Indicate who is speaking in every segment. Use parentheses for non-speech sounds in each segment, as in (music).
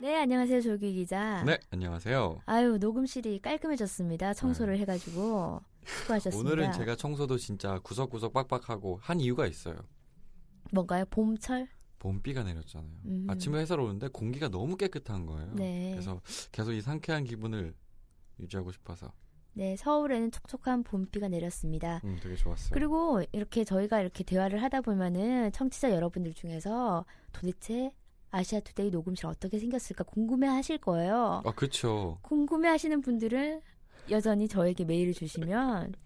Speaker 1: 네, 안녕하세요, 조규 기자.
Speaker 2: 네, 안녕하세요.
Speaker 1: 아유, 녹음실이 깔끔해졌습니다. 청소를 해가지고 수고하셨습니다.
Speaker 2: 네. 오늘은 제가 청소도 진짜 구석구석 빡빡하고 한 이유가 있어요.
Speaker 1: 뭔가요? 봄철?
Speaker 2: 봄비가 내렸잖아요.
Speaker 1: 음.
Speaker 2: 아침에 회사로 오는데 공기가 너무 깨끗한 거예요.
Speaker 1: 네.
Speaker 2: 그래서 계속 이 상쾌한 기분을 유지하고 싶어서
Speaker 1: 네, 서울에는 촉촉한 봄비가 내렸습니다.
Speaker 2: 음, 되게 좋았어요.
Speaker 1: 그리고 이렇게 저희가 이렇게 대화를 하다 보면은 청취자 여러분들 중에서 도대체 아시아 투데이 녹음실 어떻게 생겼을까 궁금해 하실 거예요.
Speaker 2: 아, 그쵸.
Speaker 1: 궁금해 하시는 분들은 여전히 저에게 메일을 주시면
Speaker 2: 네.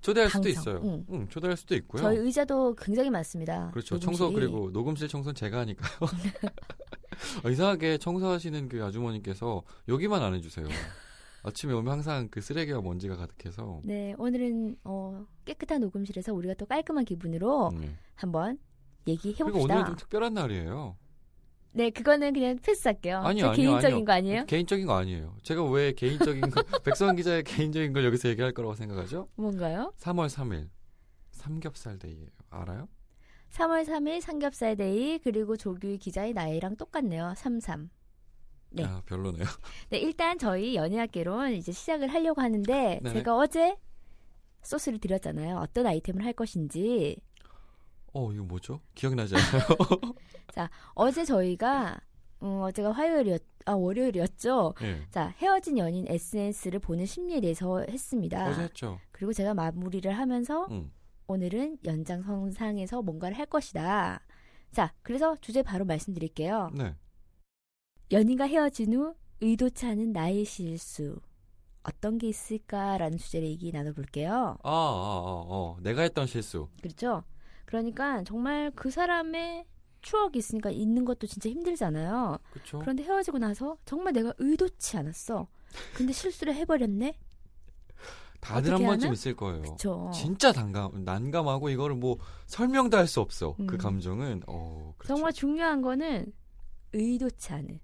Speaker 2: 초대할 수도
Speaker 1: 방청,
Speaker 2: 있어요.
Speaker 1: 응.
Speaker 2: 응. 초대할 수도 있고요.
Speaker 1: 저희 의자도 굉장히 많습니다.
Speaker 2: 그렇죠.
Speaker 1: 녹음실이.
Speaker 2: 청소 그리고 녹음실 청소는
Speaker 1: (laughs)
Speaker 2: 제가 하니까요. 어, 이상하게 청소하시는 그 아주머니께서 여기만 안 해주세요. 아침에 오면 항상 그 쓰레기와 먼지가 가득해서
Speaker 1: 네, 오늘은 어, 깨끗한 녹음실에서 우리가 또 깔끔한 기분으로
Speaker 2: 네.
Speaker 1: 한번 어, 얘기해
Speaker 2: 그리고 오늘은 좀
Speaker 1: 봅시다.
Speaker 2: 특별한 날이에요.
Speaker 1: 네, 그거는 그냥 패스할게요.
Speaker 2: 아니요,
Speaker 1: 저
Speaker 2: 아니요,
Speaker 1: 개인적인
Speaker 2: 아니요.
Speaker 1: 거 아니에요?
Speaker 2: 개인적인 거 아니에요. 제가 왜 개인적인 거, (laughs) 백성 기자의 개인적인 걸 여기서 얘기할 거라고 생각하죠?
Speaker 1: 뭔가요?
Speaker 2: 3월 3일. 삼겹살 데이예요. 알아요?
Speaker 1: 3월 3일 삼겹살 데이 그리고 조규 기자의 나이랑 똑같네요. 33. 네.
Speaker 2: 아, 별로네요. (laughs)
Speaker 1: 네, 일단 저희 연예학개론 이제 시작을 하려고 하는데
Speaker 2: 네네.
Speaker 1: 제가 어제 소스를 드렸잖아요. 어떤 아이템을 할 것인지.
Speaker 2: 어, 이거 뭐죠? 기억나지 않아요? (laughs)
Speaker 1: 어제 저희가 음, 어제가 화요일이었 아 월요일이었죠.
Speaker 2: 예.
Speaker 1: 자, 헤어진 연인 SNS를 보는 심리에 대해서 했습니다.
Speaker 2: 어제 했죠.
Speaker 1: 그리고 제가 마무리를 하면서
Speaker 2: 응.
Speaker 1: 오늘은 연장선상에서 뭔가를 할 것이다. 자, 그래서 주제 바로 말씀드릴게요.
Speaker 2: 네.
Speaker 1: 연인과 헤어진 후 의도치 않은 나의 실수. 어떤 게 있을까라는 주제로 얘기 나눠볼게요.
Speaker 2: 아, 아, 아, 어. 내가 했던 실수.
Speaker 1: 그렇죠? 그러니까 정말 그 사람의 추억이 있으니까 있는 것도 진짜 힘들잖아요.
Speaker 2: 그쵸?
Speaker 1: 그런데 헤어지고 나서 정말 내가 의도치 않았어. 근데 실수를 해버렸네?
Speaker 2: 다들 한
Speaker 1: 어떻게
Speaker 2: 번쯤
Speaker 1: 하나?
Speaker 2: 있을 거예요.
Speaker 1: 그쵸.
Speaker 2: 진짜 난감, 난감하고 이거를 뭐 설명도 할 수 없어.
Speaker 1: 음.
Speaker 2: 그 감정은. 어, 그렇죠.
Speaker 1: 정말 중요한 거는 의도치
Speaker 2: (laughs)
Speaker 1: 않은.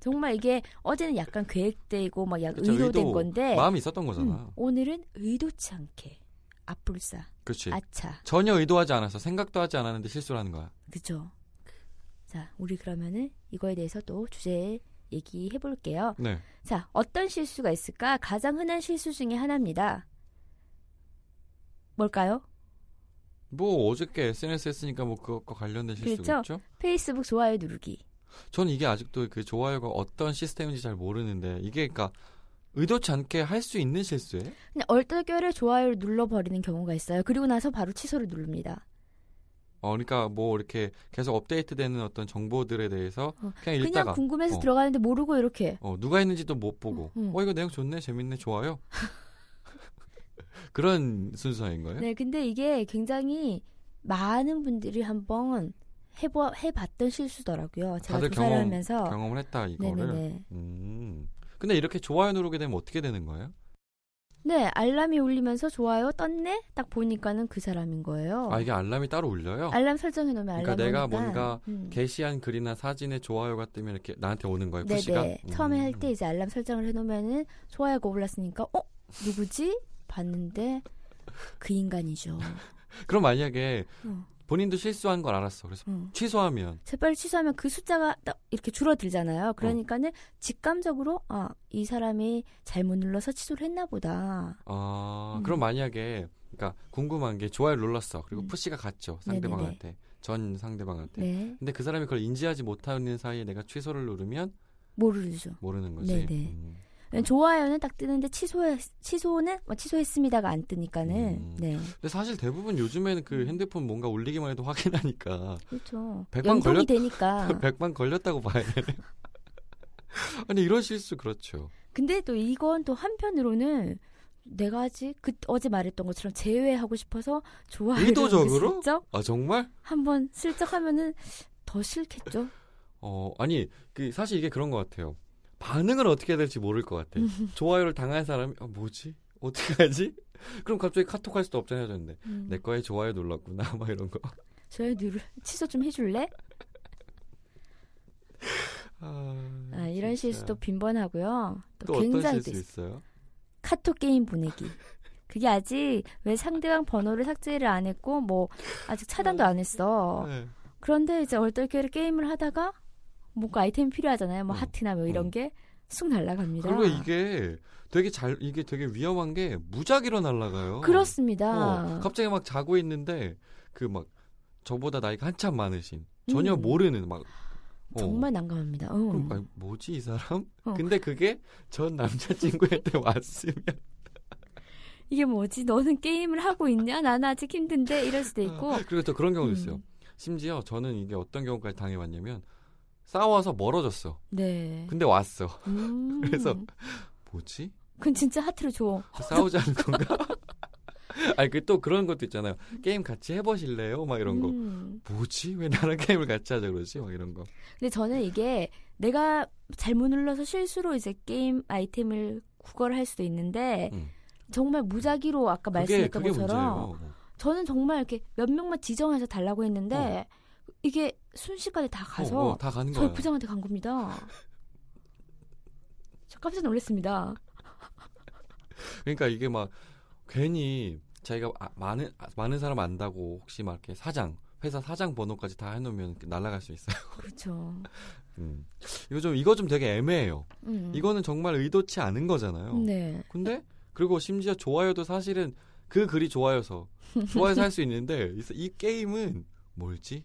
Speaker 1: 정말 이게 어제는 약간 계획되고 막 약간
Speaker 2: 그쵸,
Speaker 1: 의도된
Speaker 2: 그렇죠. 의도.
Speaker 1: 건데
Speaker 2: 마음이 있었던 거잖아.
Speaker 1: 음, 오늘은 의도치 않게 앞불싸,
Speaker 2: 그렇지.
Speaker 1: 아차.
Speaker 2: 전혀 의도하지 않아서 생각도 하지 않았는데 실수를 하는 거야.
Speaker 1: 그죠. 자, 우리 그러면은 이거에 대해서 또 주제 얘기해 볼게요.
Speaker 2: 네.
Speaker 1: 자, 어떤 실수가 있을까? 가장 흔한 실수 중에 하나입니다. 뭘까요?
Speaker 2: 뭐 어저께 SNS 했으니까 뭐 그것과 관련된
Speaker 1: 그렇죠?
Speaker 2: 실수겠죠? 그렇죠?
Speaker 1: 페이스북 좋아요 누르기.
Speaker 2: 저는 이게 아직도 그 좋아요가 어떤 시스템인지 잘 모르는데 이게 그러니까 의도치 않게 할 수 있는 실수예요?
Speaker 1: 그냥 얼떨결에 좋아요를 눌러버리는 경우가 있어요. 그리고 나서 바로 취소를 누릅니다.
Speaker 2: 어, 그러니까 뭐 이렇게 계속 업데이트되는 어떤 정보들에 대해서
Speaker 1: 어,
Speaker 2: 그냥
Speaker 1: 그냥
Speaker 2: 읽다가
Speaker 1: 궁금해서
Speaker 2: 어.
Speaker 1: 들어가는데 모르고 이렇게.
Speaker 2: 어, 누가 했는지도 못 보고
Speaker 1: 음, 음.
Speaker 2: 어 이거 내용 좋네 재밌네 좋아요 (laughs) 그런 순서인 거예요?
Speaker 1: 네, 근데 이게 굉장히 많은 분들이 한번 해보, 해봤던 실수더라고요. 제가
Speaker 2: 다들
Speaker 1: 조사를
Speaker 2: 경험-
Speaker 1: 하면서.
Speaker 2: 어. 경험을 했다 이거를
Speaker 1: 네네네.
Speaker 2: 음. 근데 이렇게 좋아요 누르게 되면 어떻게 되는 거예요?
Speaker 1: 네, 알람이 울리면서 좋아요 떴네? 딱 보니까는 그 사람인 거예요.
Speaker 2: 아 이게 알람이 따로 울려요?
Speaker 1: 알람 설정해 놓으면 알람
Speaker 2: 그러니까 내가
Speaker 1: 오니까.
Speaker 2: 뭔가
Speaker 1: 음.
Speaker 2: 게시한 글이나 사진에 좋아요가 뜨면 이렇게 나한테 오는 거예요. 푸시가.
Speaker 1: 네네.
Speaker 2: 음.
Speaker 1: 처음에 할 때 이제 알람 설정을 해놓으면은 좋아요가 올랐으니까 어 누구지? 봤는데 그
Speaker 2: (laughs)
Speaker 1: 인간이죠.
Speaker 2: 그럼 만약에
Speaker 1: 어,
Speaker 2: 본인도 실수한 걸 알았어. 그래서
Speaker 1: 어.
Speaker 2: 취소하면
Speaker 1: 재빨리 취소하면 그 숫자가 딱 이렇게 줄어들잖아요. 그러니까는 직감적으로 아 이 사람이 잘못 눌러서 취소를 했나 보다.
Speaker 2: 아
Speaker 1: 음.
Speaker 2: 그럼 만약에 그러니까 궁금한 게 좋아요 를 눌렀어. 그리고
Speaker 1: 음.
Speaker 2: 푸시가 갔죠
Speaker 1: 네네네.
Speaker 2: 상대방한테 전 상대방한테.
Speaker 1: 네,
Speaker 2: 근데 그 사람이 그걸 인지하지 못하는 사이에 내가 취소를 누르면
Speaker 1: 모르죠.
Speaker 2: 모르는 거지.
Speaker 1: 네네.
Speaker 2: 음.
Speaker 1: 좋아요는 딱 뜨는데 취소했 취소는 뭐 취소했습니다가 안 뜨니까는
Speaker 2: 음.
Speaker 1: 네
Speaker 2: 근데 사실 대부분 요즘에는 그
Speaker 1: 음.
Speaker 2: 핸드폰 뭔가 울리기만 해도 확인하니까
Speaker 1: 그렇죠.
Speaker 2: 백만
Speaker 1: 연동이
Speaker 2: 걸렸-
Speaker 1: 되니까.
Speaker 2: (laughs) 백방 걸렸다고 봐야 돼. (laughs) 아니 이런 실수 그렇죠.
Speaker 1: 근데 또 이건 또 한편으로는 내가 아직 그 어제 말했던 것처럼 제외하고 싶어서 좋아요를
Speaker 2: 의도적으로?
Speaker 1: 슬쩍
Speaker 2: 아 정말?
Speaker 1: 한번 슬쩍 하면은 더 싫겠죠.
Speaker 2: 어, 아니, 그, 사실 이게 그런 것 같아요. 반응을 어떻게 해야 될지 모를 것
Speaker 1: (laughs)
Speaker 2: 같아. 좋아요를 당한 사람이 아, 뭐지? 어떻게 하지? (laughs) 그럼 갑자기 카톡 할 수도 없잖아요. 저는데
Speaker 1: 음, 아,
Speaker 2: 내 거에 좋아요 눌렀구나 (laughs) 막 이런 거.
Speaker 1: 저의 누를 취소 좀 해줄래?
Speaker 2: 아,
Speaker 1: 아, 이런
Speaker 2: 진짜.
Speaker 1: 실수도 빈번하고요. 또,
Speaker 2: 또 어떤
Speaker 1: 굉장히 또
Speaker 2: 실수
Speaker 1: 있어요.
Speaker 2: 있어요?
Speaker 1: 카톡 게임 보내기. 그게 아직 왜 상대방 번호를 삭제를 안 했고 뭐 아직 차단도 안 했어.
Speaker 2: 네.
Speaker 1: 그런데 이제 얼떨결에 게임을 하다가 뭔가 아이템 필요하잖아요. 뭐
Speaker 2: 음,
Speaker 1: 하트나 뭐
Speaker 2: 음.
Speaker 1: 이런 게 쑥 날아갑니다.
Speaker 2: 그리고 이게 되게 잘 이게 되게 위험한 게 무작위로 날아가요.
Speaker 1: 그렇습니다.
Speaker 2: 어, 갑자기 막 자고 있는데 그 막 저보다 나이가 한참 많으신 전혀
Speaker 1: 음.
Speaker 2: 모르는 막 어,
Speaker 1: 정말 난감합니다. 어.
Speaker 2: 그럼 아니, 뭐지 이 사람?
Speaker 1: 어.
Speaker 2: 근데 그게
Speaker 1: (laughs)
Speaker 2: 전 남자친구한테 왔으면
Speaker 1: 이게 뭐지? 너는 게임을 하고 있냐? 나는 아직 힘든데 이럴 수도 있고.
Speaker 2: 그리고 또 그런 경우도
Speaker 1: 음.
Speaker 2: 있어요. 심지어 저는 이게 어떤 경우까지 당해왔냐면 싸워서 멀어졌어.
Speaker 1: 네.
Speaker 2: 근데 왔어.
Speaker 1: 음.
Speaker 2: 그래서 뭐지?
Speaker 1: 그건 진짜 하트를 줘.
Speaker 2: 아, 싸우자는 건가? (laughs) 아니 그 또 그런 것도 있잖아요. 게임 같이 해보실래요? 막 이런 거.
Speaker 1: 음.
Speaker 2: 뭐지? 왜 나랑 (laughs) 게임을 같이 하자 그러지? 막 이런 거.
Speaker 1: 근데 저는 이게 내가 잘못 눌러서 실수로 이제 게임 아이템을 구걸할 수도 있는데
Speaker 2: 음.
Speaker 1: 정말 무작위로 아까
Speaker 2: 그게
Speaker 1: 말씀했던
Speaker 2: 그게
Speaker 1: 것처럼
Speaker 2: 문제예요. 어,
Speaker 1: 저는 정말 이렇게 몇 명만 지정해서 달라고 했는데 이게 순식간에 다 가서
Speaker 2: 어, 어, 다 가는
Speaker 1: 저희
Speaker 2: 거예요.
Speaker 1: 부장한테 간 겁니다. 저 깜짝 놀랐습니다.
Speaker 2: 그러니까 이게 막 괜히 자기가 아- 많은 아, 많은 사람 안다고 혹시 막 이렇게 사장 회사 사장 번호까지 다 해놓으면 이렇게 날아갈 수 있어요.
Speaker 1: 그렇죠.
Speaker 2: 음. 이거 좀 이거 좀 되게 애매해요.
Speaker 1: 음.
Speaker 2: 이거는 정말 의도치 않은 거잖아요.
Speaker 1: 네.
Speaker 2: 근데 그리고 심지어 좋아요도 사실은 그
Speaker 1: (laughs)
Speaker 2: 글이 좋아요서 좋아해서 할 수 있는데 이- 이 게임은 뭘지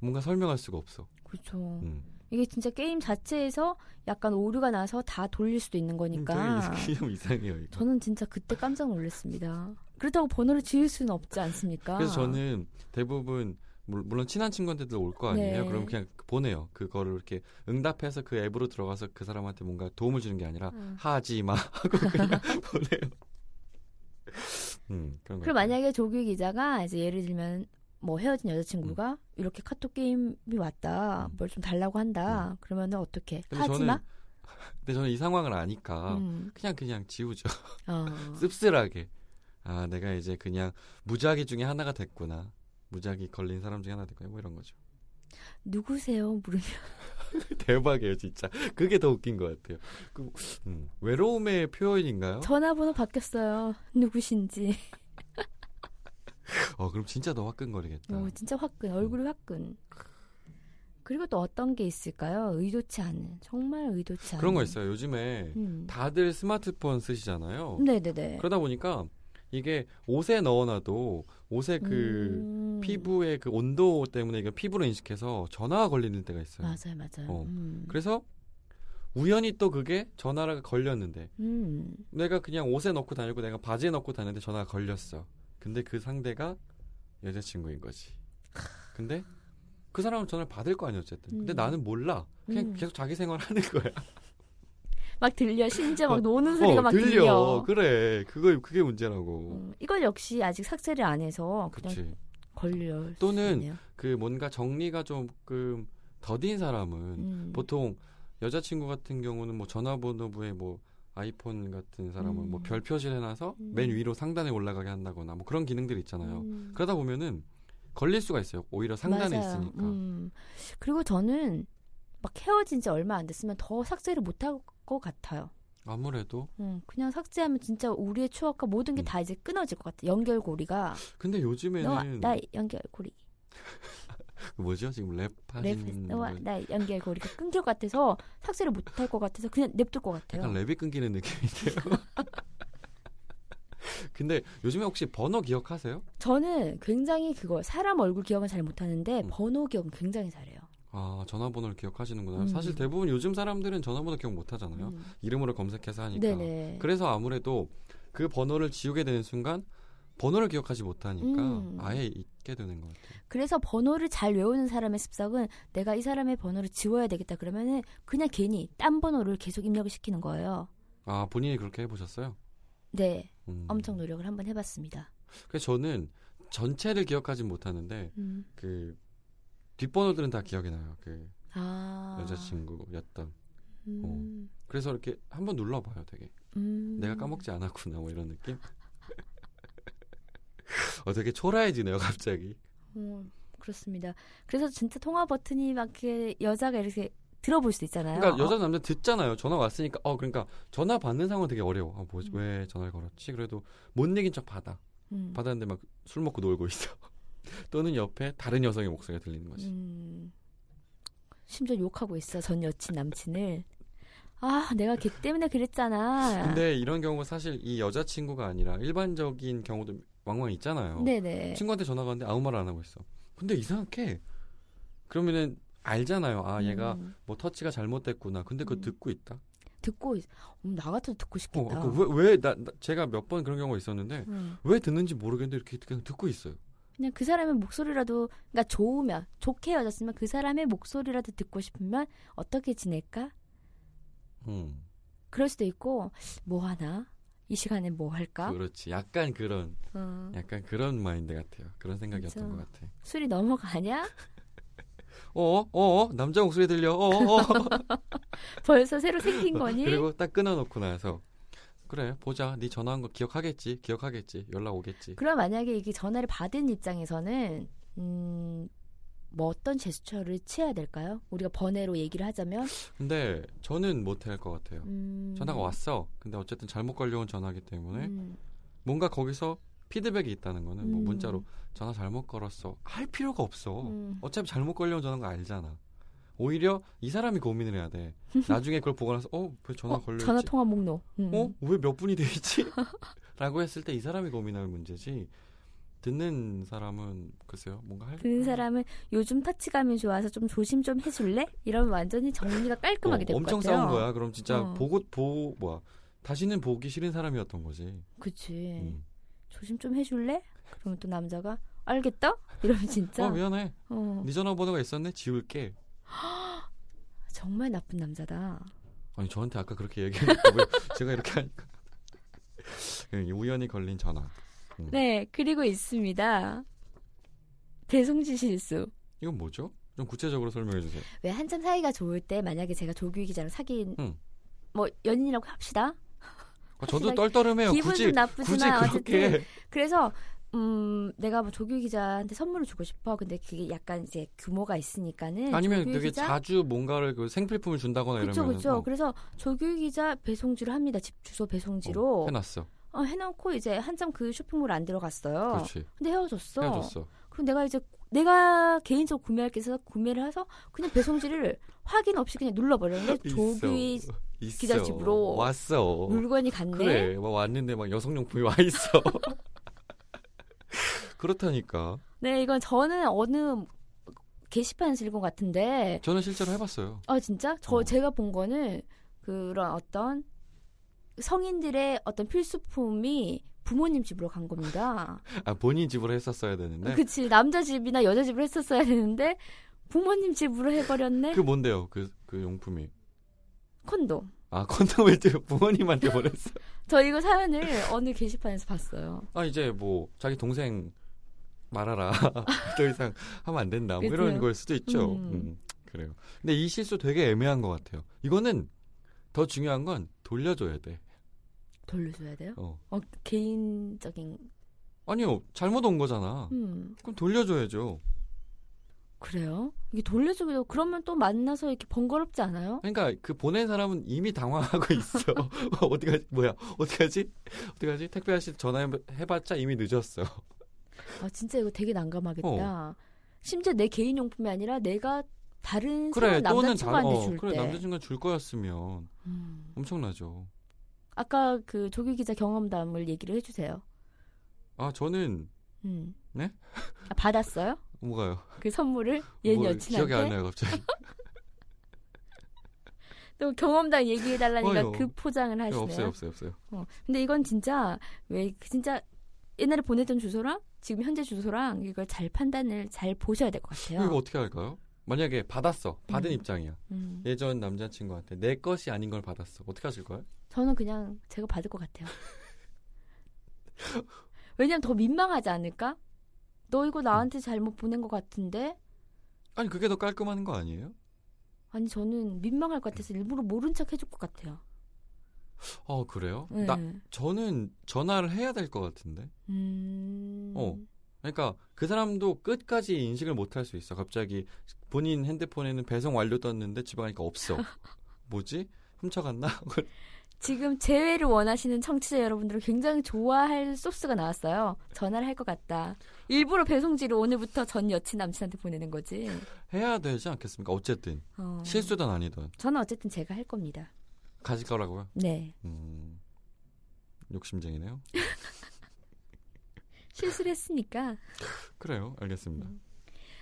Speaker 2: 뭔가 설명할 수가 없어.
Speaker 1: 그렇죠.
Speaker 2: 음.
Speaker 1: 이게 진짜 게임 자체에서 약간 오류가 나서 다 돌릴 수도 있는 거니까.
Speaker 2: 되게 그러니까 이상- 좀 이상해요. 이거.
Speaker 1: 저는 진짜 그때 깜짝 놀랐습니다. 그렇다고 번호를 지을 수는 없지 않습니까?
Speaker 2: 그래서 저는 대부분 물- 물론 친한 친구한테도 올 거 아니에요.
Speaker 1: 네.
Speaker 2: 그럼 그냥 보내요. 그거를 이렇게 응답해서 그 앱으로 들어가서 그 사람한테 뭔가 도움을 주는 게 아니라
Speaker 1: 음.
Speaker 2: 하지 마 (laughs) 하고 그냥 보내요. 음, 그런 거.
Speaker 1: 그럼 만약에 조규 기자가 이제 예를 들면 뭐 헤어진 여자친구가 이렇게 카톡 게임이 왔다,
Speaker 2: 음.
Speaker 1: 뭘 좀 달라고 한다, 그러면은 어떻게
Speaker 2: 근데
Speaker 1: 하지
Speaker 2: 저는-
Speaker 1: 마?
Speaker 2: 근데 저는 이 상황을 아니까
Speaker 1: 음.
Speaker 2: 그냥 그냥 지우죠. (laughs)
Speaker 1: 어.
Speaker 2: 씁쓸하게. 아, 내가 이제 그냥 무작위 중에 하나가 됐구나. 무작위 걸린 사람 중에 하나 됐구나. 뭐 이런 거죠. (laughs)
Speaker 1: 누구세요? 물으면
Speaker 2: 대박이에요, 진짜. 그게 더 웃긴 것 같아요. 그, 음, 외로움의 표현인가요?
Speaker 1: 전화번호 바뀌었어요. (laughs) 누구신지.
Speaker 2: 어, 그럼 진짜 더 화끈거리겠다.
Speaker 1: 오, 어, 진짜 화끈. 얼굴이 화끈. 그리고 또 어떤 게 있을까요? 의도치 않은. 정말 의도치 않은.
Speaker 2: 그런 거 있어요. 요즘에
Speaker 1: 음.
Speaker 2: 다들 스마트폰 쓰시잖아요.
Speaker 1: 네네네.
Speaker 2: 그러다 보니까 이게 옷에 넣어놔도 옷의 그
Speaker 1: 음.
Speaker 2: 피부의 그 온도 때문에 이게 피부로 인식해서 전화가 걸리는 때가 있어요.
Speaker 1: 맞아요, 맞아요.
Speaker 2: 어.
Speaker 1: 음.
Speaker 2: 그래서 우연히 또 그게 전화가 걸렸는데
Speaker 1: 음.
Speaker 2: 내가 그냥 옷에 넣고 다니고 내가 바지에 넣고 다니는데 전화가 걸렸어. 근데 그 상대가 여자친구인 거지. 근데 그 사람은 전화를 받을 거 아니야 어쨌든. 근데
Speaker 1: 음.
Speaker 2: 나는 몰라. 그냥
Speaker 1: 음.
Speaker 2: 계속 자기 생활 하는 거야.
Speaker 1: 막 들려. 심지어
Speaker 2: 어,
Speaker 1: 막 노는 소리가
Speaker 2: 어,
Speaker 1: 막 들려.
Speaker 2: 그래. 그거 그게 문제라고.
Speaker 1: 음, 이걸 역시 아직 삭제를 안 해서 그냥
Speaker 2: 그렇지.
Speaker 1: 걸려.
Speaker 2: 또는
Speaker 1: 네요
Speaker 2: 그 뭔가 정리가 조금 더딘 사람은
Speaker 1: 음.
Speaker 2: 보통 여자친구 같은 경우는 뭐 전화번호부에 뭐 아이폰 같은 사람은
Speaker 1: 음.
Speaker 2: 뭐 별 표시를 해놔서
Speaker 1: 음.
Speaker 2: 맨 위로 상단에 올라가게 한다거나 뭐 그런 기능들이 있잖아요.
Speaker 1: 음.
Speaker 2: 그러다 보면은 걸릴 수가 있어요. 오히려 상단에
Speaker 1: 맞아요.
Speaker 2: 있으니까.
Speaker 1: 음. 그리고 저는 막 헤어진 지 얼마 안 됐으면 더 삭제를 못 할 것 같아요.
Speaker 2: 아무래도.
Speaker 1: 음, 그냥 삭제하면 진짜 우리의 추억과 모든
Speaker 2: 음.
Speaker 1: 게 다 이제 끊어질 것 같아. 연결고리가.
Speaker 2: 근데
Speaker 1: 너와
Speaker 2: 요즘에는
Speaker 1: 나 연결고리.
Speaker 2: 뭐죠? 지금
Speaker 1: 랩,
Speaker 2: 랩하시는
Speaker 1: 너와
Speaker 2: 분-
Speaker 1: 나 연결고리가 끊길 것 같아서 삭제를 못 할 것 같아서 그냥 냅둘 것 같아요.
Speaker 2: 약간 랩이 끊기는 느낌인데요. (laughs) 근데 요즘에 혹시 번호 기억하세요?
Speaker 1: 저는 굉장히 그거 사람 얼굴 기억은 잘 못하는데
Speaker 2: 음.
Speaker 1: 번호 기억은 굉장히 잘해요.
Speaker 2: 아 전화번호를 기억하시는구나.
Speaker 1: 음.
Speaker 2: 사실 대부분 요즘 사람들은 전화번호 기억 못하잖아요.
Speaker 1: 음.
Speaker 2: 이름으로 검색해서 하니까.
Speaker 1: 네네.
Speaker 2: 그래서 아무래도 그 번호를 지우게 되는 순간 번호를 기억하지 못하니까
Speaker 1: 음.
Speaker 2: 아예 잊게 되는 것 같아요.
Speaker 1: 그래서 번호를 잘 외우는 사람의 습성은 내가 이 사람의 번호를 지워야 되겠다 그러면은 그냥 괜히 딴 번호를 계속 입력을 시키는 거예요.
Speaker 2: 아 본인이 그렇게 해보셨어요?
Speaker 1: 네,
Speaker 2: 음.
Speaker 1: 엄청 노력을 한번 해봤습니다.
Speaker 2: 그래서 저는 전체를 기억하진 못하는데 그 뒷번호들은 다 기억이 나요. 그
Speaker 1: 아,
Speaker 2: 여자친구였던
Speaker 1: 음,
Speaker 2: 그래서 이렇게 한번 눌러봐요, 되게.
Speaker 1: 음.
Speaker 2: 어. 내가 까먹지 않았구나, 뭐 이런 느낌? 어, 되게 초라해지네요, 갑자기.
Speaker 1: 어, 그렇습니다. 그래서 진짜 통화 버튼이 막 이렇게 여자가 이렇게 들어볼 수도 있잖아요.
Speaker 2: 그러니까
Speaker 1: 어,
Speaker 2: 여자 남자 듣잖아요. 전화 왔으니까 어 그러니까 전화 받는 상황은 되게 어려워. 아 뭐지
Speaker 1: 음.
Speaker 2: 왜 전화를 걸었지? 그래도 못 이긴 척 받아.
Speaker 1: 음.
Speaker 2: 받았는데 막 술 먹고 놀고 있어. (laughs) 또는 옆에 다른 여성의 목소리가 들리는 거지.
Speaker 1: 음, 심지어 욕하고 있어 전 여친 남친을. 아 내가 걔 때문에 그랬잖아.
Speaker 2: 근데 이런 경우 사실 이 여자 친구가 아니라 일반적인 경우도 왕왕 있잖아요.
Speaker 1: 네네.
Speaker 2: 친구한테 전화가 왔는데 아무 말 안 하고 있어. 근데 이상하게 그러면은 알잖아요. 아 얘가
Speaker 1: 음,
Speaker 2: 뭐 터치가 잘못됐구나. 근데 그거
Speaker 1: 음.
Speaker 2: 듣고 있다.
Speaker 1: 듣고 있... 음, 나 같아도 듣고
Speaker 2: 어,
Speaker 1: 싶겠다.
Speaker 2: 그 왜, 왜 나, 나- 제가 몇 번 그런 경우가 있었는데
Speaker 1: 음.
Speaker 2: 왜 듣는지 모르겠는데 이렇게 그냥 듣고 있어요.
Speaker 1: 그냥 그 사람의 목소리라도 그러니까 좋으면 좋게 헤어졌으면 그 사람의 목소리라도 듣고 싶으면 어떻게 지낼까?
Speaker 2: 음.
Speaker 1: 그럴 수도 있고 뭐 하나 이 시간에 뭐 할까?
Speaker 2: 그렇지. 약간 그런
Speaker 1: 어,
Speaker 2: 약간 그런 마인드 같아요. 그런
Speaker 1: 진짜.
Speaker 2: 생각이었던 것 같아.
Speaker 1: 술이 넘어가냐?
Speaker 2: 어, 어, 어, 남자 목소리 들려. 어, 어.
Speaker 1: (laughs) 벌써 새로 생긴 거니?
Speaker 2: (laughs) 그리고 딱 끊어놓고 나서 그래 보자. 네 전화한 거 기억하겠지. 기억하겠지. 연락 오겠지.
Speaker 1: 그럼 만약에 이게 전화를 받은 입장에서는 음, 뭐 어떤 제스처를 취해야 될까요? 우리가 번외로 얘기를 하자면
Speaker 2: 근데 저는 못할 것 같아요.
Speaker 1: 음,
Speaker 2: 전화가 왔어. 근데 어쨌든 잘못 걸려온 전화기 때문에
Speaker 1: 음,
Speaker 2: 뭔가 거기서 피드백이 있다는 거는 뭐
Speaker 1: 음.
Speaker 2: 문자로 전화 잘못 걸었어. 할 필요가 없어.
Speaker 1: 음.
Speaker 2: 어차피 잘못 걸려온 전화인 거 알잖아. 오히려 이 사람이 고민을
Speaker 1: (laughs)
Speaker 2: 해야 돼. 나중에 그걸 보고 나서 어, 왜 전화
Speaker 1: 어,
Speaker 2: 걸려있지?
Speaker 1: 전화 통화 목록. 음.
Speaker 2: 어? 왜 몇 분이 돼 있지? (laughs) 라고 했을 때 이 사람이 고민할 문제지. 듣는 사람은 글쎄요. 뭔가 할
Speaker 1: 듣는 그 사람은 요즘 터치감이 좋아서 좀 조심 좀 해줄래? 이러면 완전히 정리가
Speaker 2: 어,
Speaker 1: 깔끔하게 될 것 같아요.
Speaker 2: 엄청 싸운 거야. 그럼 진짜
Speaker 1: 어.
Speaker 2: 보고 보 뭐야. 다시는 보기 싫은 사람이었던 거지.
Speaker 1: 그치.
Speaker 2: 음.
Speaker 1: 조심 좀 해줄래? 그러면 또 남자가 알겠다? 이러면 진짜
Speaker 2: 어, 미안해.
Speaker 1: 어,
Speaker 2: 네 전화번호가 있었네. 지울게.
Speaker 1: 정말 나쁜 남자다.
Speaker 2: 아니 저한테 아까 그렇게 얘기했는데 왜 (laughs) 제가 이렇게 하니까 예, 우연히 걸린 전화. 음.
Speaker 1: 네, 그리고 있습니다. 배송지 실수.
Speaker 2: 이건 뭐죠? 좀 구체적으로 설명해 주세요.
Speaker 1: 왜 한참 사이가 좋을 때 만약에 제가 조규희 기자랑 사귄
Speaker 2: 음.
Speaker 1: 뭐 연인이라고 합시다.
Speaker 2: 아, 저도
Speaker 1: 사실
Speaker 2: 떨떠름해요.
Speaker 1: 기분
Speaker 2: 굳이
Speaker 1: 좀
Speaker 2: 굳이
Speaker 1: 나쁘지만 어쨌든
Speaker 2: (laughs) 그렇게
Speaker 1: 그래서 음 내가 뭐 조규 기자한테 선물을 주고 싶어. 근데 그게 약간 이제 규모가 있으니까는
Speaker 2: 아니면
Speaker 1: 조규
Speaker 2: 되게
Speaker 1: 기자?
Speaker 2: 자주 뭐. 뭔가를 그 생필품을 준다거나
Speaker 1: 네.
Speaker 2: 어,
Speaker 1: 그쵸
Speaker 2: 이러면
Speaker 1: 그쵸. 그래서 조규 기자 배송지로 합니다. 집 주소 배송지로
Speaker 2: 해놨어.
Speaker 1: 어, 해놓고 이제 한참 그 쇼핑몰 안 들어갔어요.
Speaker 2: 그렇지.
Speaker 1: 근데 헤어졌어.
Speaker 2: 그렇죠. 헤어졌어.
Speaker 1: 그럼 내가 이제 내가 개인적으로 구매할 게 있어서 구매를 해서 그냥 배송지를 확인 없이 그냥 눌러버렸는데 조규희
Speaker 2: 있어.
Speaker 1: 기자 집으로
Speaker 2: 왔어.
Speaker 1: 물건이 갔네.
Speaker 2: 그래. 막 왔는데 막 여성용품이 와 있어. (laughs) 그렇다니까.
Speaker 1: 네, 이건 저는 어느 게시판 슬공 같은데,
Speaker 2: 저는 실제로 해봤어요.
Speaker 1: 아 진짜? 저
Speaker 2: 어.
Speaker 1: 제가 본 거는 그런 어떤 성인들의 어떤 필수품이 부모님 집으로 간 겁니다.
Speaker 2: 아 본인 집으로 했었어야 되는데 그,
Speaker 1: 아, 그치 남자 집이나 여자 집으로 했었어야 되는데 부모님 집으로 해버렸네.
Speaker 2: 뭔데요? 그 그 용품이.
Speaker 1: 콘돔.
Speaker 2: 아 콘돔을 또 (laughs) 부모님한테 보냈어.
Speaker 1: 저 이거 사연을 어느 게시판에서 봤어요.
Speaker 2: 아 이제 뭐 자기 동생 (laughs) 말하라. 더 이상 하면 안 된다. 뭐 이런
Speaker 1: 그래요?
Speaker 2: 걸 수도 있죠.
Speaker 1: 음.
Speaker 2: 음, 그래요. 근데 이 실수 되게 애매한 것 같아요. 이거는 더 중요한 건 돌려줘야 돼.
Speaker 1: 돌려줘야 돼요?
Speaker 2: 어.
Speaker 1: 어 개인적인.
Speaker 2: 아니요 잘못 온 거잖아.
Speaker 1: 음
Speaker 2: 그럼 돌려줘야죠.
Speaker 1: 그래요? 이게 돌려주기도 그러면 또 만나서 이렇게 번거롭지 않아요?
Speaker 2: 그러니까 그 보낸 사람은 이미 당황하고 (laughs) 있어. 어떡하지? 뭐야? 어떡하지? 어떡하지? 택배 아저씨 전화해봤자 이미 늦었어.
Speaker 1: 아 진짜 이거 되게
Speaker 2: 어.
Speaker 1: 난감하겠다. 심지어 내 개인 용품이 아니라 내가 다른
Speaker 2: 그래
Speaker 1: 새로운
Speaker 2: 또는 다,
Speaker 1: 남자친구한테
Speaker 2: 어,
Speaker 1: 줄
Speaker 2: 그래
Speaker 1: 때.
Speaker 2: 남자친구가 줄 거였으면
Speaker 1: 음.
Speaker 2: 엄청나죠.
Speaker 1: 아까 그 조규 기자 경험담을 얘기를 해주세요.
Speaker 2: 아 저는
Speaker 1: 음.
Speaker 2: 네?
Speaker 1: 아, 받았어요?
Speaker 2: 뭐가요?
Speaker 1: 그 선물을 옛
Speaker 2: 뭐, 기억이
Speaker 1: 여친한테
Speaker 2: 안 나요
Speaker 1: (laughs)
Speaker 2: 갑자기.
Speaker 1: 또 경험담 얘기해달라니까
Speaker 2: 어휴.
Speaker 1: 그 포장을 하시네요.
Speaker 2: 없어요 없어요 없어요.
Speaker 1: 어, 근데 이건 진짜 왜그 진짜 옛날에 보내던 주소랑 지금 현재 주소랑 이걸 잘 판단을 잘 보셔야 될 것 같아요.
Speaker 2: 이거 어떻게 할까요? 만약에 받았어 받은
Speaker 1: 음.
Speaker 2: 입장이야.
Speaker 1: 음.
Speaker 2: 예전 남자친구한테 내 것이 아닌 걸 받았어. 어떻게 하실 거예요?
Speaker 1: 저는 그냥 제가 받을 것 같아요. (laughs) 왜냐면 더 민망하지 않을까? 너 이거 나한테 잘못 보낸 것 같은데?
Speaker 2: 아니 그게 더 깔끔한 거 아니에요?
Speaker 1: 아니 저는 민망할 것 같아서 일부러 모른 척 해줄 것 같아요.
Speaker 2: 어 그래요?
Speaker 1: 네.
Speaker 2: 나 저는 전화를 해야 될 것 같은데.
Speaker 1: 음.
Speaker 2: 어. 그러니까 그 사람도 끝까지 인식을 못 할 수 있어. 갑자기 본인 핸드폰에는 배송 완료 떴는데 집에
Speaker 1: (laughs)
Speaker 2: 가니까 없어. 뭐지? 훔쳐갔나? (laughs)
Speaker 1: 지금 재회를 원하시는 청취자 여러분들을 굉장히 좋아할 소스가 나왔어요. 전화를 할 것 같다. 일부러 배송지를 오늘부터 전 여친 남친한테 보내는 거지.
Speaker 2: 해야 되지 않겠습니까? 어쨌든
Speaker 1: 어.
Speaker 2: 실수든 아니든
Speaker 1: 저는 어쨌든 제가 할 겁니다.
Speaker 2: 가질 거라고요.
Speaker 1: 네.
Speaker 2: 음, 욕심쟁이네요.
Speaker 1: 실수를 했으니까.
Speaker 2: 그래요. 알겠습니다.
Speaker 1: 음.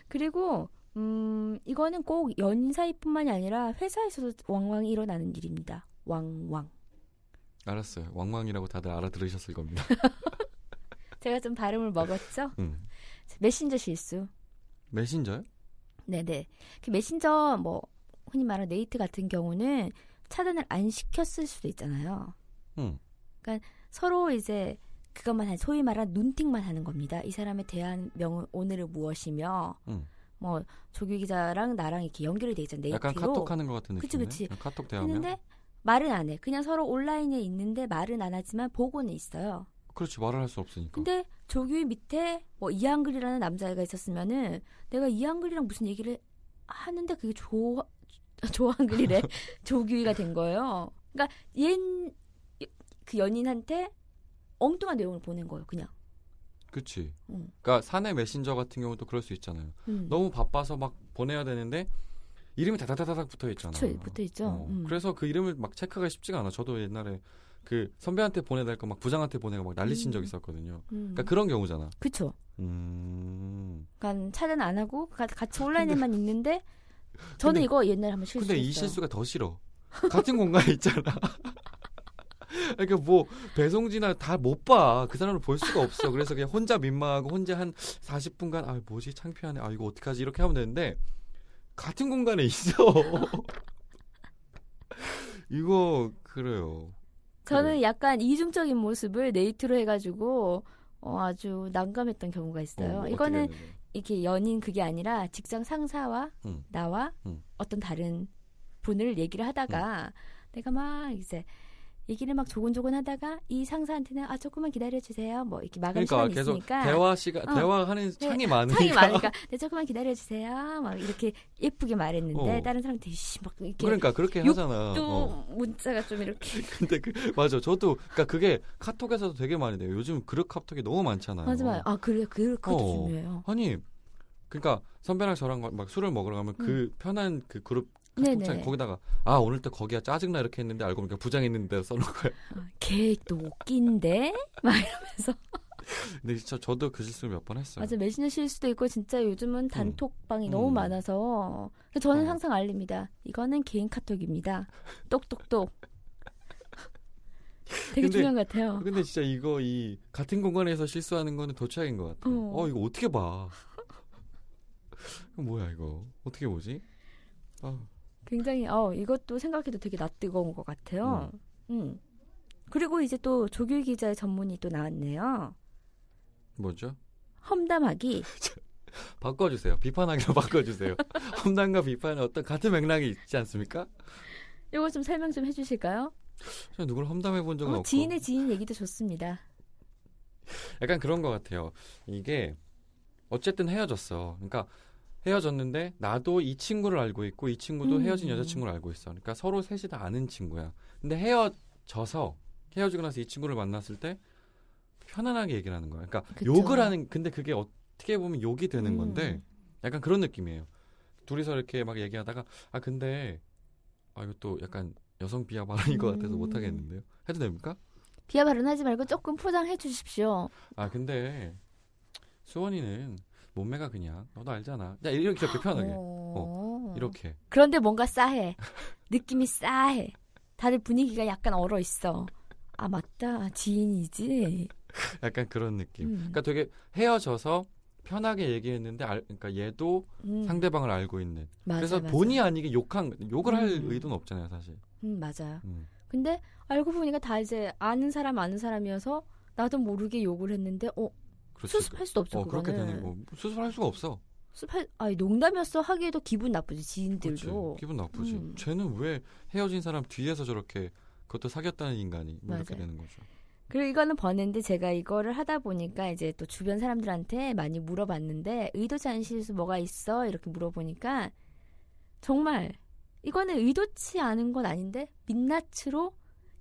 Speaker 1: 그리고 음, 이거는 꼭 연사이뿐만이 아니라 회사에서도 왕왕 일어나는 일입니다. 왕왕.
Speaker 2: 알았어요. 왕왕이라고 다들 알아들으셨을 겁니다. (laughs)
Speaker 1: 제가 좀 발음을 먹었죠?
Speaker 2: 음.
Speaker 1: 메신저 실수.
Speaker 2: 메신저요?
Speaker 1: 네네. 그 메신저 뭐 흔히 말하는 네이트 같은 경우는 차단을 안 시켰을 수도 있잖아요. 그러니까
Speaker 2: 음.
Speaker 1: 서로 이제 그것만 한 소위 말하는 눈팅만 하는 겁니다. 이 사람에 대한 명은 오늘은 무엇이며
Speaker 2: 음.
Speaker 1: 뭐 조규 기자랑 나랑 이렇게 연결이 돼 있잖아요. 네이트로.
Speaker 2: 약간 카톡하는 것 같은
Speaker 1: 그치,
Speaker 2: 느낌이네.
Speaker 1: 그치.
Speaker 2: 카톡 대화면.
Speaker 1: 했는데 말은 안 해. 그냥 서로 온라인에 있는데 말은 안 하지만 보고는 있어요.
Speaker 2: 그렇지 말을 할 수 없으니까.
Speaker 1: 근데 조규 밑에 뭐 이한글이라는 남자애가 있었으면은 내가 이한글이랑 무슨 얘기를 하는데 그게 조 (laughs) 조한글이래 (laughs) 조규이가 된 거예요. 그러니까 얜그 연인한테 엉뚱한 내용을 보낸 거예요. 그냥.
Speaker 2: 그치.
Speaker 1: 음.
Speaker 2: 그러니까 사내 메신저 같은 경우도 그럴 수 있잖아요.
Speaker 1: 음.
Speaker 2: 너무 바빠서 막 보내야 되는데 이름이 다다다닥 붙어 있잖아.
Speaker 1: 그쵸, 붙어 있죠. 음.
Speaker 2: 그래서 그 이름을 막 체크하기 쉽지가 않아. 저도 옛날에 그 선배한테 보내야 될 거 막 부장한테 보내고 막 난리 친
Speaker 1: 음.
Speaker 2: 적 있었거든요.
Speaker 1: 음.
Speaker 2: 그러니까 그런 경우잖아.
Speaker 1: 그쵸.
Speaker 2: 음.
Speaker 1: 그러니까 차단 안 하고 가- 같이 온라인에만 있는데 저는
Speaker 2: 근데-
Speaker 1: 이거 옛날에 한번 실수했어요.
Speaker 2: 근데 이 실수가 더 싫어. 같은 공간에 있잖아. (laughs) 그러니까 뭐 배송지나 다 못 봐. 그 사람을 볼 수가 없어. 그래서 그냥 혼자 민망하고 혼자 한 40분간 아 뭐지 창피하네. 아 이거 어떡하지 이렇게 하면 되는데 같은 공간에 있어. (laughs) 이거 그래요. 네.
Speaker 1: 저는 약간 이중적인 모습을 네이트로 해가지고 어, 아주 난감했던 경우가 있어요.
Speaker 2: 어,
Speaker 1: 이거는
Speaker 2: 어떻게 해야 되나.
Speaker 1: 이렇게 연인 그게 아니라 직장 상사와
Speaker 2: 음.
Speaker 1: 나와
Speaker 2: 음.
Speaker 1: 어떤 다른 분을 얘기를 하다가 내가 막 이제 얘기를 막 조곤조곤 하다가 이 상사한테는 아 조금만 기다려 주세요. 뭐 이렇게 마감
Speaker 2: 그러니까
Speaker 1: 시간이
Speaker 2: 계속
Speaker 1: 있으니까 (laughs)
Speaker 2: 대화 시간
Speaker 1: 어.
Speaker 2: 대화하는 창이 많으니까.
Speaker 1: 창이 많으니까 네 조금만 기다려 주세요. 막 이렇게 예쁘게 말했는데
Speaker 2: 어.
Speaker 1: 다른 사람한테 이씨 막 이렇게
Speaker 2: 그러니까 그렇게
Speaker 1: 욕도
Speaker 2: 하잖아.
Speaker 1: 또
Speaker 2: 어.
Speaker 1: 문자가 좀 이렇게
Speaker 2: 근데 그, 맞아. 저도 그러니까 그게 카톡에서도 되게 많이 돼요. 요즘 그릇 카톡이 너무 많잖아요.
Speaker 1: 하지 마요. 아 그래 그 그것도
Speaker 2: 어.
Speaker 1: 중요해요.
Speaker 2: 아니 그러니까 선배랑 저랑 막- 막 술을 먹으러 가면 그 편한 그 그룹
Speaker 1: 음. 네네.
Speaker 2: 카톡창 거기다가 아 오늘 또 거기야 짜증나 이렇게 했는데 알고 보니까 부장했는데 써놓은 거야.
Speaker 1: 걔또 웃긴데
Speaker 2: (laughs) 근데 진짜 저도 그 실수를 몇 번 했어요.
Speaker 1: 맞아 메신저 실수도 있고 진짜 요즘은 단톡방이
Speaker 2: 음.
Speaker 1: 너무 많아서 저는
Speaker 2: 어.
Speaker 1: 항상 알립니다. 이거는 개인 카톡입니다. 똑똑똑. 되게
Speaker 2: 근데-
Speaker 1: 중요한 것 같아요.
Speaker 2: 근데 진짜 이거 이 같은 공간에서 실수하는 거는 도착인 것 같아요.
Speaker 1: 어.
Speaker 2: 어, 이거 어떻게 봐? (laughs) 이거 뭐야 이거 어떻게 보지? 아,
Speaker 1: 굉장히 어 이것도 생각해도 되게 낯뜨거운 것 같아요. 음. 그리고 이제 또 조규 기자의 전문이 또 나왔네요.
Speaker 2: 뭐죠?
Speaker 1: 험담하기.
Speaker 2: 바꿔주세요. 비판하기로 (laughs) 바꿔주세요. 험담과 비판은 어떤 같은 맥락이 있지 않습니까?
Speaker 1: 이거 좀 설명 좀 해주실까요?
Speaker 2: 저 누굴 험담해 본 적은
Speaker 1: 어,
Speaker 2: 없고
Speaker 1: 지인의 지인 얘기도 좋습니다.
Speaker 2: 약간 그런 것 같아요. 이게 어쨌든 헤어졌어. 그러니까 헤어졌는데 나도 이 친구를 알고 있고 이 친구도
Speaker 1: 음.
Speaker 2: 헤어진 여자친구를 알고 있어. 그러니까 서로 셋이 다 아는 친구야. 근데 헤어져서 헤어지고 나서 이 친구를 만났을 때 편안하게 얘기를 하는 거야. 그러니까
Speaker 1: 그쵸.
Speaker 2: 욕을 하는 근데 그게 어떻게 보면 욕이 되는
Speaker 1: 음.
Speaker 2: 건데 약간 그런 느낌이에요. 둘이서 이렇게 막 얘기하다가 아 근데 아 이거 또 약간 여성 비하 발언인 것 같아서
Speaker 1: 음.
Speaker 2: 못 하겠는데요. 해도 됩니까?
Speaker 1: 비하 발언하지 말고 조금 포장해 주십시오.
Speaker 2: 아 근데 수원이는 몸매가 그냥 너도 알잖아. 야 이렇게 이렇게 편하게
Speaker 1: 어.
Speaker 2: 이렇게
Speaker 1: 그런데 뭔가 싸해. 느낌이 싸해. 다들 분위기가 약간 얼어 있어. 아 맞다 아, 지인이지.
Speaker 2: 약간 그런 느낌.
Speaker 1: 음.
Speaker 2: 그러니까 되게 헤어져서 편하게 얘기했는데 알, 그러니까 얘도
Speaker 1: 음,
Speaker 2: 상대방을 알고 있는.
Speaker 1: 맞아,
Speaker 2: 그래서
Speaker 1: 맞아.
Speaker 2: 본의 아니게 욕한 욕을 할
Speaker 1: 음.
Speaker 2: 의도는 없잖아요 사실.
Speaker 1: 음, 맞아요.
Speaker 2: 음.
Speaker 1: 근데 알고 보니까 다 이제 아는 사람 아는 사람이어서 나도 모르게 욕을 했는데 어
Speaker 2: 그렇지.
Speaker 1: 수습할 수도 없죠
Speaker 2: 어
Speaker 1: 그거는.
Speaker 2: 그렇게 되는 거뭐 수술할 수가 없어.
Speaker 1: 습할 아니 농담이었어 하기에도 기분 나쁘지 지인들도
Speaker 2: 그치. 기분 나쁘지.
Speaker 1: 음.
Speaker 2: 쟤는 왜 헤어진 사람 뒤에서 저렇게 그것도 사귀었다는 인간이 뭐 이렇게
Speaker 1: 맞아요.
Speaker 2: 되는 거죠.
Speaker 1: 그리고 이거는 버는데 제가 이거를 하다 보니까 이제 또 주변 사람들한테 많이 물어봤는데 의도치 않은 실수 뭐가 있어 이렇게 물어보니까 정말 이거는 의도치 않은 건 아닌데 민낯으로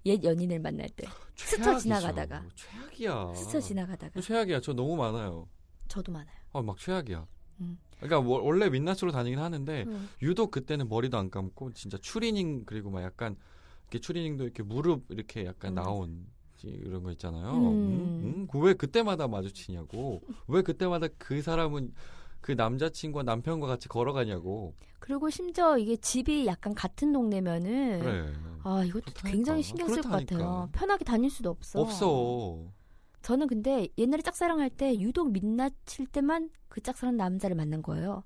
Speaker 1: 옛 연인을 만날 때 스쳐
Speaker 2: 최악이죠.
Speaker 1: 지나가다가.
Speaker 2: 최악이야.
Speaker 1: 스쳐 지나가다가
Speaker 2: 최악이야. 저 너무 많아요.
Speaker 1: 저도 많아요.
Speaker 2: 어, 막 최악이야.
Speaker 1: 음.
Speaker 2: 그러니까 뭐 원래 민낯으로 다니긴 하는데
Speaker 1: 음.
Speaker 2: 유독 그때는 머리도 안 감고 진짜 추리닝 그리고 막 약간 이렇게 추리닝도 이렇게 무릎 이렇게 약간
Speaker 1: 음.
Speaker 2: 나온 이- 이런 거 있잖아요.
Speaker 1: 음.
Speaker 2: 음, 음? 왜 그때마다 마주치냐고. 왜 그때마다 그 사람은 그 남자친구와 남편과 같이 걸어가냐고.
Speaker 1: 그리고 심지어 이게 집이 약간 같은 동네면은
Speaker 2: 그래.
Speaker 1: 아 이것도
Speaker 2: 그렇다니까.
Speaker 1: 굉장히 신경 쓸 것 같아요.
Speaker 2: 그렇다니까.
Speaker 1: 편하게 다닐 수도 없어.
Speaker 2: 없어.
Speaker 1: 저는 근데 옛날에 짝사랑할 때 유독 민낯일 때만 그 짝사랑 남자를 만난 거예요.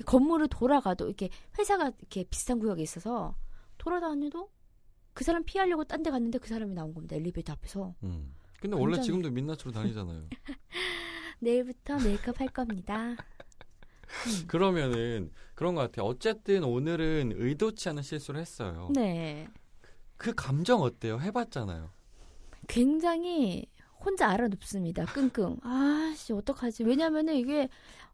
Speaker 1: 이 건물을 돌아가도 이렇게 회사가 이렇게 비슷한 구역에 있어서 돌아다녀도 그 사람 피하려고 딴 데 갔는데 그 사람이 나온 겁니다. 엘리베이터 앞에서.
Speaker 2: 음. 근데 원래
Speaker 1: 굉장히- 음.
Speaker 2: 지금도 민낯으로
Speaker 1: (laughs)
Speaker 2: 다니잖아요.
Speaker 1: 내일부터 메이크업 할 겁니다.
Speaker 2: 그러면은 그런 것 같아요. 어쨌든 오늘은 의도치 않은 실수를 했어요.
Speaker 1: (laughs) 네.
Speaker 2: 그 감정 어때요? 해봤잖아요.
Speaker 1: 굉장히 혼자 알아눕습니다. 끙끙. 아씨, 어떡하지? 왜냐면은 이게,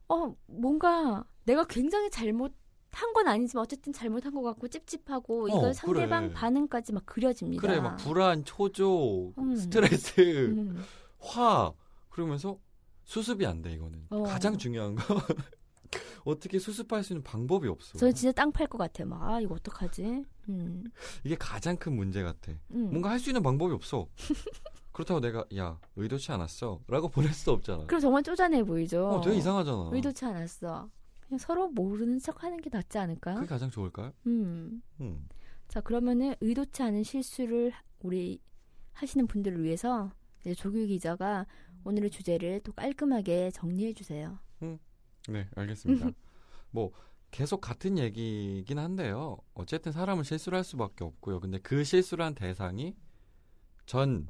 Speaker 1: 어, 뭔가 내가 굉장히 잘못, 한 건 아니지만 어쨌든 잘못한 것 같고 찝찝하고 이걸
Speaker 2: 어, 그래.
Speaker 1: 상대방 반응까지 막 그려집니다.
Speaker 2: 그래, 막 불안, 초조,
Speaker 1: 음.
Speaker 2: 스트레스,
Speaker 1: 음.
Speaker 2: 화 그러면서 수습이 안 돼 이거는
Speaker 1: 어.
Speaker 2: 가장 중요한 거 (laughs) 어떻게 수습할 수 있는 방법이 없어
Speaker 1: 저는 진짜 땅 팔 것 같아요. 막, 아, 이거 어떡하지? 음.
Speaker 2: 이게 가장 큰 문제 같아
Speaker 1: 음.
Speaker 2: 뭔가 할 수 있는 방법이 없어 (laughs) 그렇다고 내가 야 의도치 않았어라고 보낼 수 없잖아
Speaker 1: 그럼 정말 쪼잔해 보이죠?
Speaker 2: 어 되게 이상하잖아
Speaker 1: 의도치 않았어. 그냥 서로 모르는 척 하는 게 낫지 않을까?
Speaker 2: 그게 가장 좋을까요?
Speaker 1: 음.
Speaker 2: 음.
Speaker 1: 자, 그러면은 의도치 않은 실수를 우리 하시는 분들을 위해서 이제 조규 기자가 오늘의 주제를 또 깔끔하게 정리해 주세요.
Speaker 2: 네
Speaker 1: (laughs)
Speaker 2: 알겠습니다 뭐 계속 같은 얘기긴 한데요 어쨌든 사람은 실수를 할 수밖에 없고요 근데 그 실수를 한 대상이 전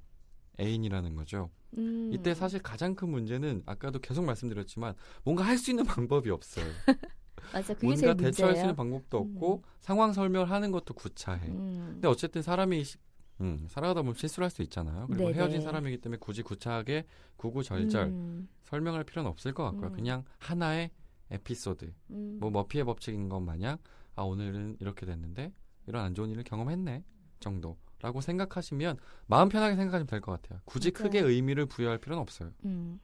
Speaker 2: 애인이라는 거죠
Speaker 1: 음.
Speaker 2: 이때 사실 가장 큰 문제는 아까도 계속 말씀드렸지만 뭔가 할 수 있는 (laughs) 방법이 없어요.
Speaker 1: 맞아, (laughs) 그게
Speaker 2: 뭔가
Speaker 1: 제일
Speaker 2: 대처할 수
Speaker 1: 문제예요.
Speaker 2: 있는 방법도 없고 상황 설명하는 것도 구차해.
Speaker 1: 음.
Speaker 2: 근데 어쨌든 사람이 시- 음, 살아가다 보면 실수를 할 수 있잖아요. 그리고
Speaker 1: 네네.
Speaker 2: 헤어진 사람이기 때문에 굳이 구차하게 구구절절
Speaker 1: 음.
Speaker 2: 설명할 필요는 없을 것 같고요.
Speaker 1: 음.
Speaker 2: 그냥 하나의 에피소드.
Speaker 1: 음.
Speaker 2: 뭐 머피의 법칙인 것 마냥 아 오늘은 이렇게 됐는데 이런 안 좋은 일을 경험했네 정도라고 생각하시면 마음 편하게 생각하시면 될 것 같아요. 굳이
Speaker 1: 맞아요.
Speaker 2: 크게 의미를 부여할 필요는 없어요.
Speaker 1: 음.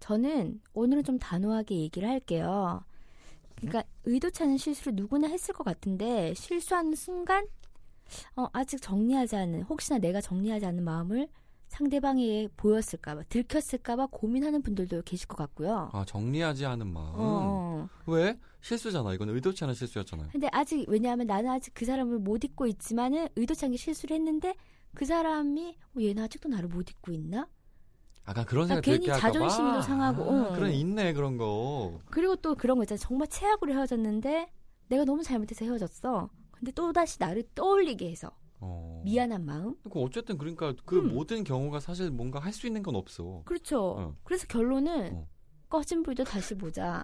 Speaker 1: 저는 오늘은 좀 단호하게 얘기를 할게요. 그러니까 의도치 않은 실수를 누구나 했을 것 같은데 실수하는 순간 어, 아직 정리하지 않은 혹시나 내가 정리하지 않은 마음을 상대방에게 보였을까봐 들켰을까봐 고민하는 분들도 계실 것 같고요.
Speaker 2: 아 정리하지 않은 아, 마음
Speaker 1: 어.
Speaker 2: 왜 실수잖아 이건 의도치 않은 실수였잖아요
Speaker 1: 근데 아직 왜냐하면 나는 아직 그 사람을 못 잊고 있지만은 의도치 않게 실수를 했는데 그 사람이 어, 얘는 아직도 나를 못 잊고 있나?
Speaker 2: 아까 그런 생각
Speaker 1: 아, 괜히
Speaker 2: 들게 할까
Speaker 1: 자존심도
Speaker 2: 봐.
Speaker 1: 상하고, 어.
Speaker 2: 아,
Speaker 1: 응.
Speaker 2: 그런 있네 그런 거
Speaker 1: 그리고 또 그런 거 있잖아. 정말 최악으로 헤어졌는데 내가 너무 잘못해서 헤어졌어. 근데 또다시 나를 떠올리게 해서
Speaker 2: 어.
Speaker 1: 미안한 마음?
Speaker 2: 그 어쨌든 그러니까 그
Speaker 1: 음.
Speaker 2: 모든 경우가 사실 뭔가 할 수 있는 건 없어
Speaker 1: 그렇죠.
Speaker 2: 어.
Speaker 1: 그래서 결론은
Speaker 2: 어.
Speaker 1: 꺼진 불도 다시 보자.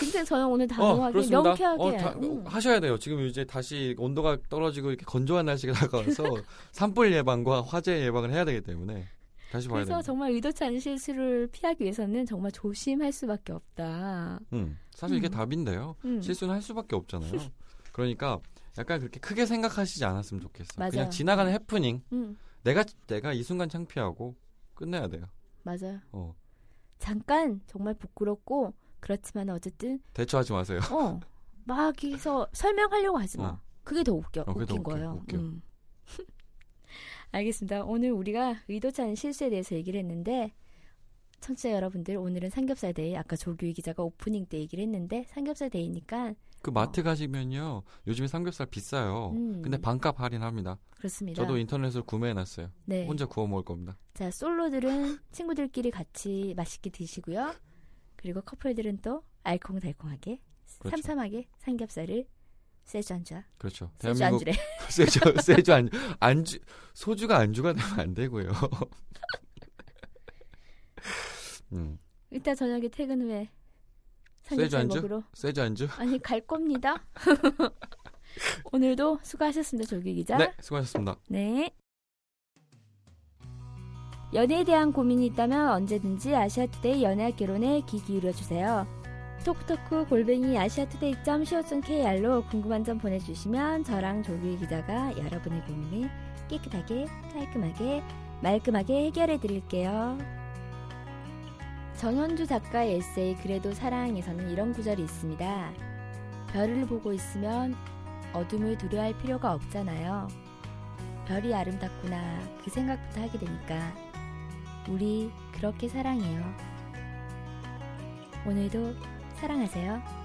Speaker 1: 근데 저는 오늘
Speaker 2: 어,
Speaker 1: 단호하게
Speaker 2: 그렇습니다.
Speaker 1: 명쾌하게
Speaker 2: 어, 다-
Speaker 1: 음.
Speaker 2: 하셔야 돼요. 지금 이제 다시 온도가 떨어지고 이렇게 건조한
Speaker 1: (laughs)
Speaker 2: 날씨가 다가와서 산불 예방과 화재 예방을 해야 되기 때문에 다시 봐야
Speaker 1: 그래서
Speaker 2: 돼요.
Speaker 1: 정말 의도치 않은 실수를 피하기 위해서는 정말 조심할 수밖에 없다.
Speaker 2: 음, 사실 이게
Speaker 1: 음.
Speaker 2: 답인데요.
Speaker 1: 음.
Speaker 2: 실수는 할
Speaker 1: (laughs)
Speaker 2: 수밖에 없잖아요. 그러니까 약간 그렇게 크게 생각하시지 않았으면 좋겠어요.
Speaker 1: 맞아요.
Speaker 2: 그냥 지나가는 해프닝.
Speaker 1: 음,
Speaker 2: 내가 내가 이 순간 창피하고 끝내야 돼요.
Speaker 1: 맞아요.
Speaker 2: 어.
Speaker 1: 잠깐 정말 부끄럽고 그렇지만 어쨌든
Speaker 2: 대처하지 마세요. (laughs)
Speaker 1: 어, 막 해서 설명하려고 하지 마.
Speaker 2: 어.
Speaker 1: 그게 더 웃겨.
Speaker 2: 어, 그게 더
Speaker 1: 웃긴
Speaker 2: 웃겨,
Speaker 1: 거예요.
Speaker 2: 웃겨.
Speaker 1: 음. (laughs) 알겠습니다. 오늘 우리가 의도치 않은 실수에 대해서 얘기를 했는데 청취자 여러분들 오늘은 삼겹살 데이 아까 조규희 기자가 오프닝 때 얘기를 했는데 삼겹살 데이니까
Speaker 2: 그 마트 가시면요. 요즘에 삼겹살 비싸요.
Speaker 1: 어. 음.
Speaker 2: 근데 반값 할인합니다.
Speaker 1: 그렇습니다.
Speaker 2: 저도 인터넷으로 구매해 놨어요.
Speaker 1: 네.
Speaker 2: 혼자 구워 먹을 겁니다.
Speaker 1: 자, 솔로들은 친구들끼리 같이 맛있게 드시고요. 그리고 커플들은 또 알콩달콩하게
Speaker 2: 그렇죠.
Speaker 1: 삼삼하게 삼겹살을 세주 안주와
Speaker 2: 그렇죠.
Speaker 1: 세주
Speaker 2: 대한민국
Speaker 1: 안주래.
Speaker 2: 세주 (laughs) 세주 안 안주 소주가 안주가 되면 안 되고요. (laughs) 음.
Speaker 1: 이따 저녁에 퇴근 후에 삼겹살
Speaker 2: 안주?
Speaker 1: 먹으러.
Speaker 2: 세지 안주?
Speaker 1: 아니 갈
Speaker 2: (laughs)
Speaker 1: 겁니다. 오늘도 수고하셨습니다, 조기 기자.
Speaker 2: 네, 수고하셨습니다.
Speaker 1: 네. 연애에 대한 고민이 있다면 언제든지 아시아투데이 연애학 개론에 귀 기울여 주세요. 톡톡쿠 골뱅이 아시아투데이.co.kr로 궁금한 점 보내주시면 저랑 조규 기자가 여러분의 고민을 깨끗하게 깔끔하게 말끔하게 해결해 드릴게요. 정현주 작가의 에세이 그래도 사랑에서는 이런 구절이 있습니다. 별을 보고 있으면 어둠을 두려워할 필요가 없잖아요. 별이 아름답구나 그 생각부터 하게 되니까 우리 그렇게 사랑해요. 오늘도 사랑하세요.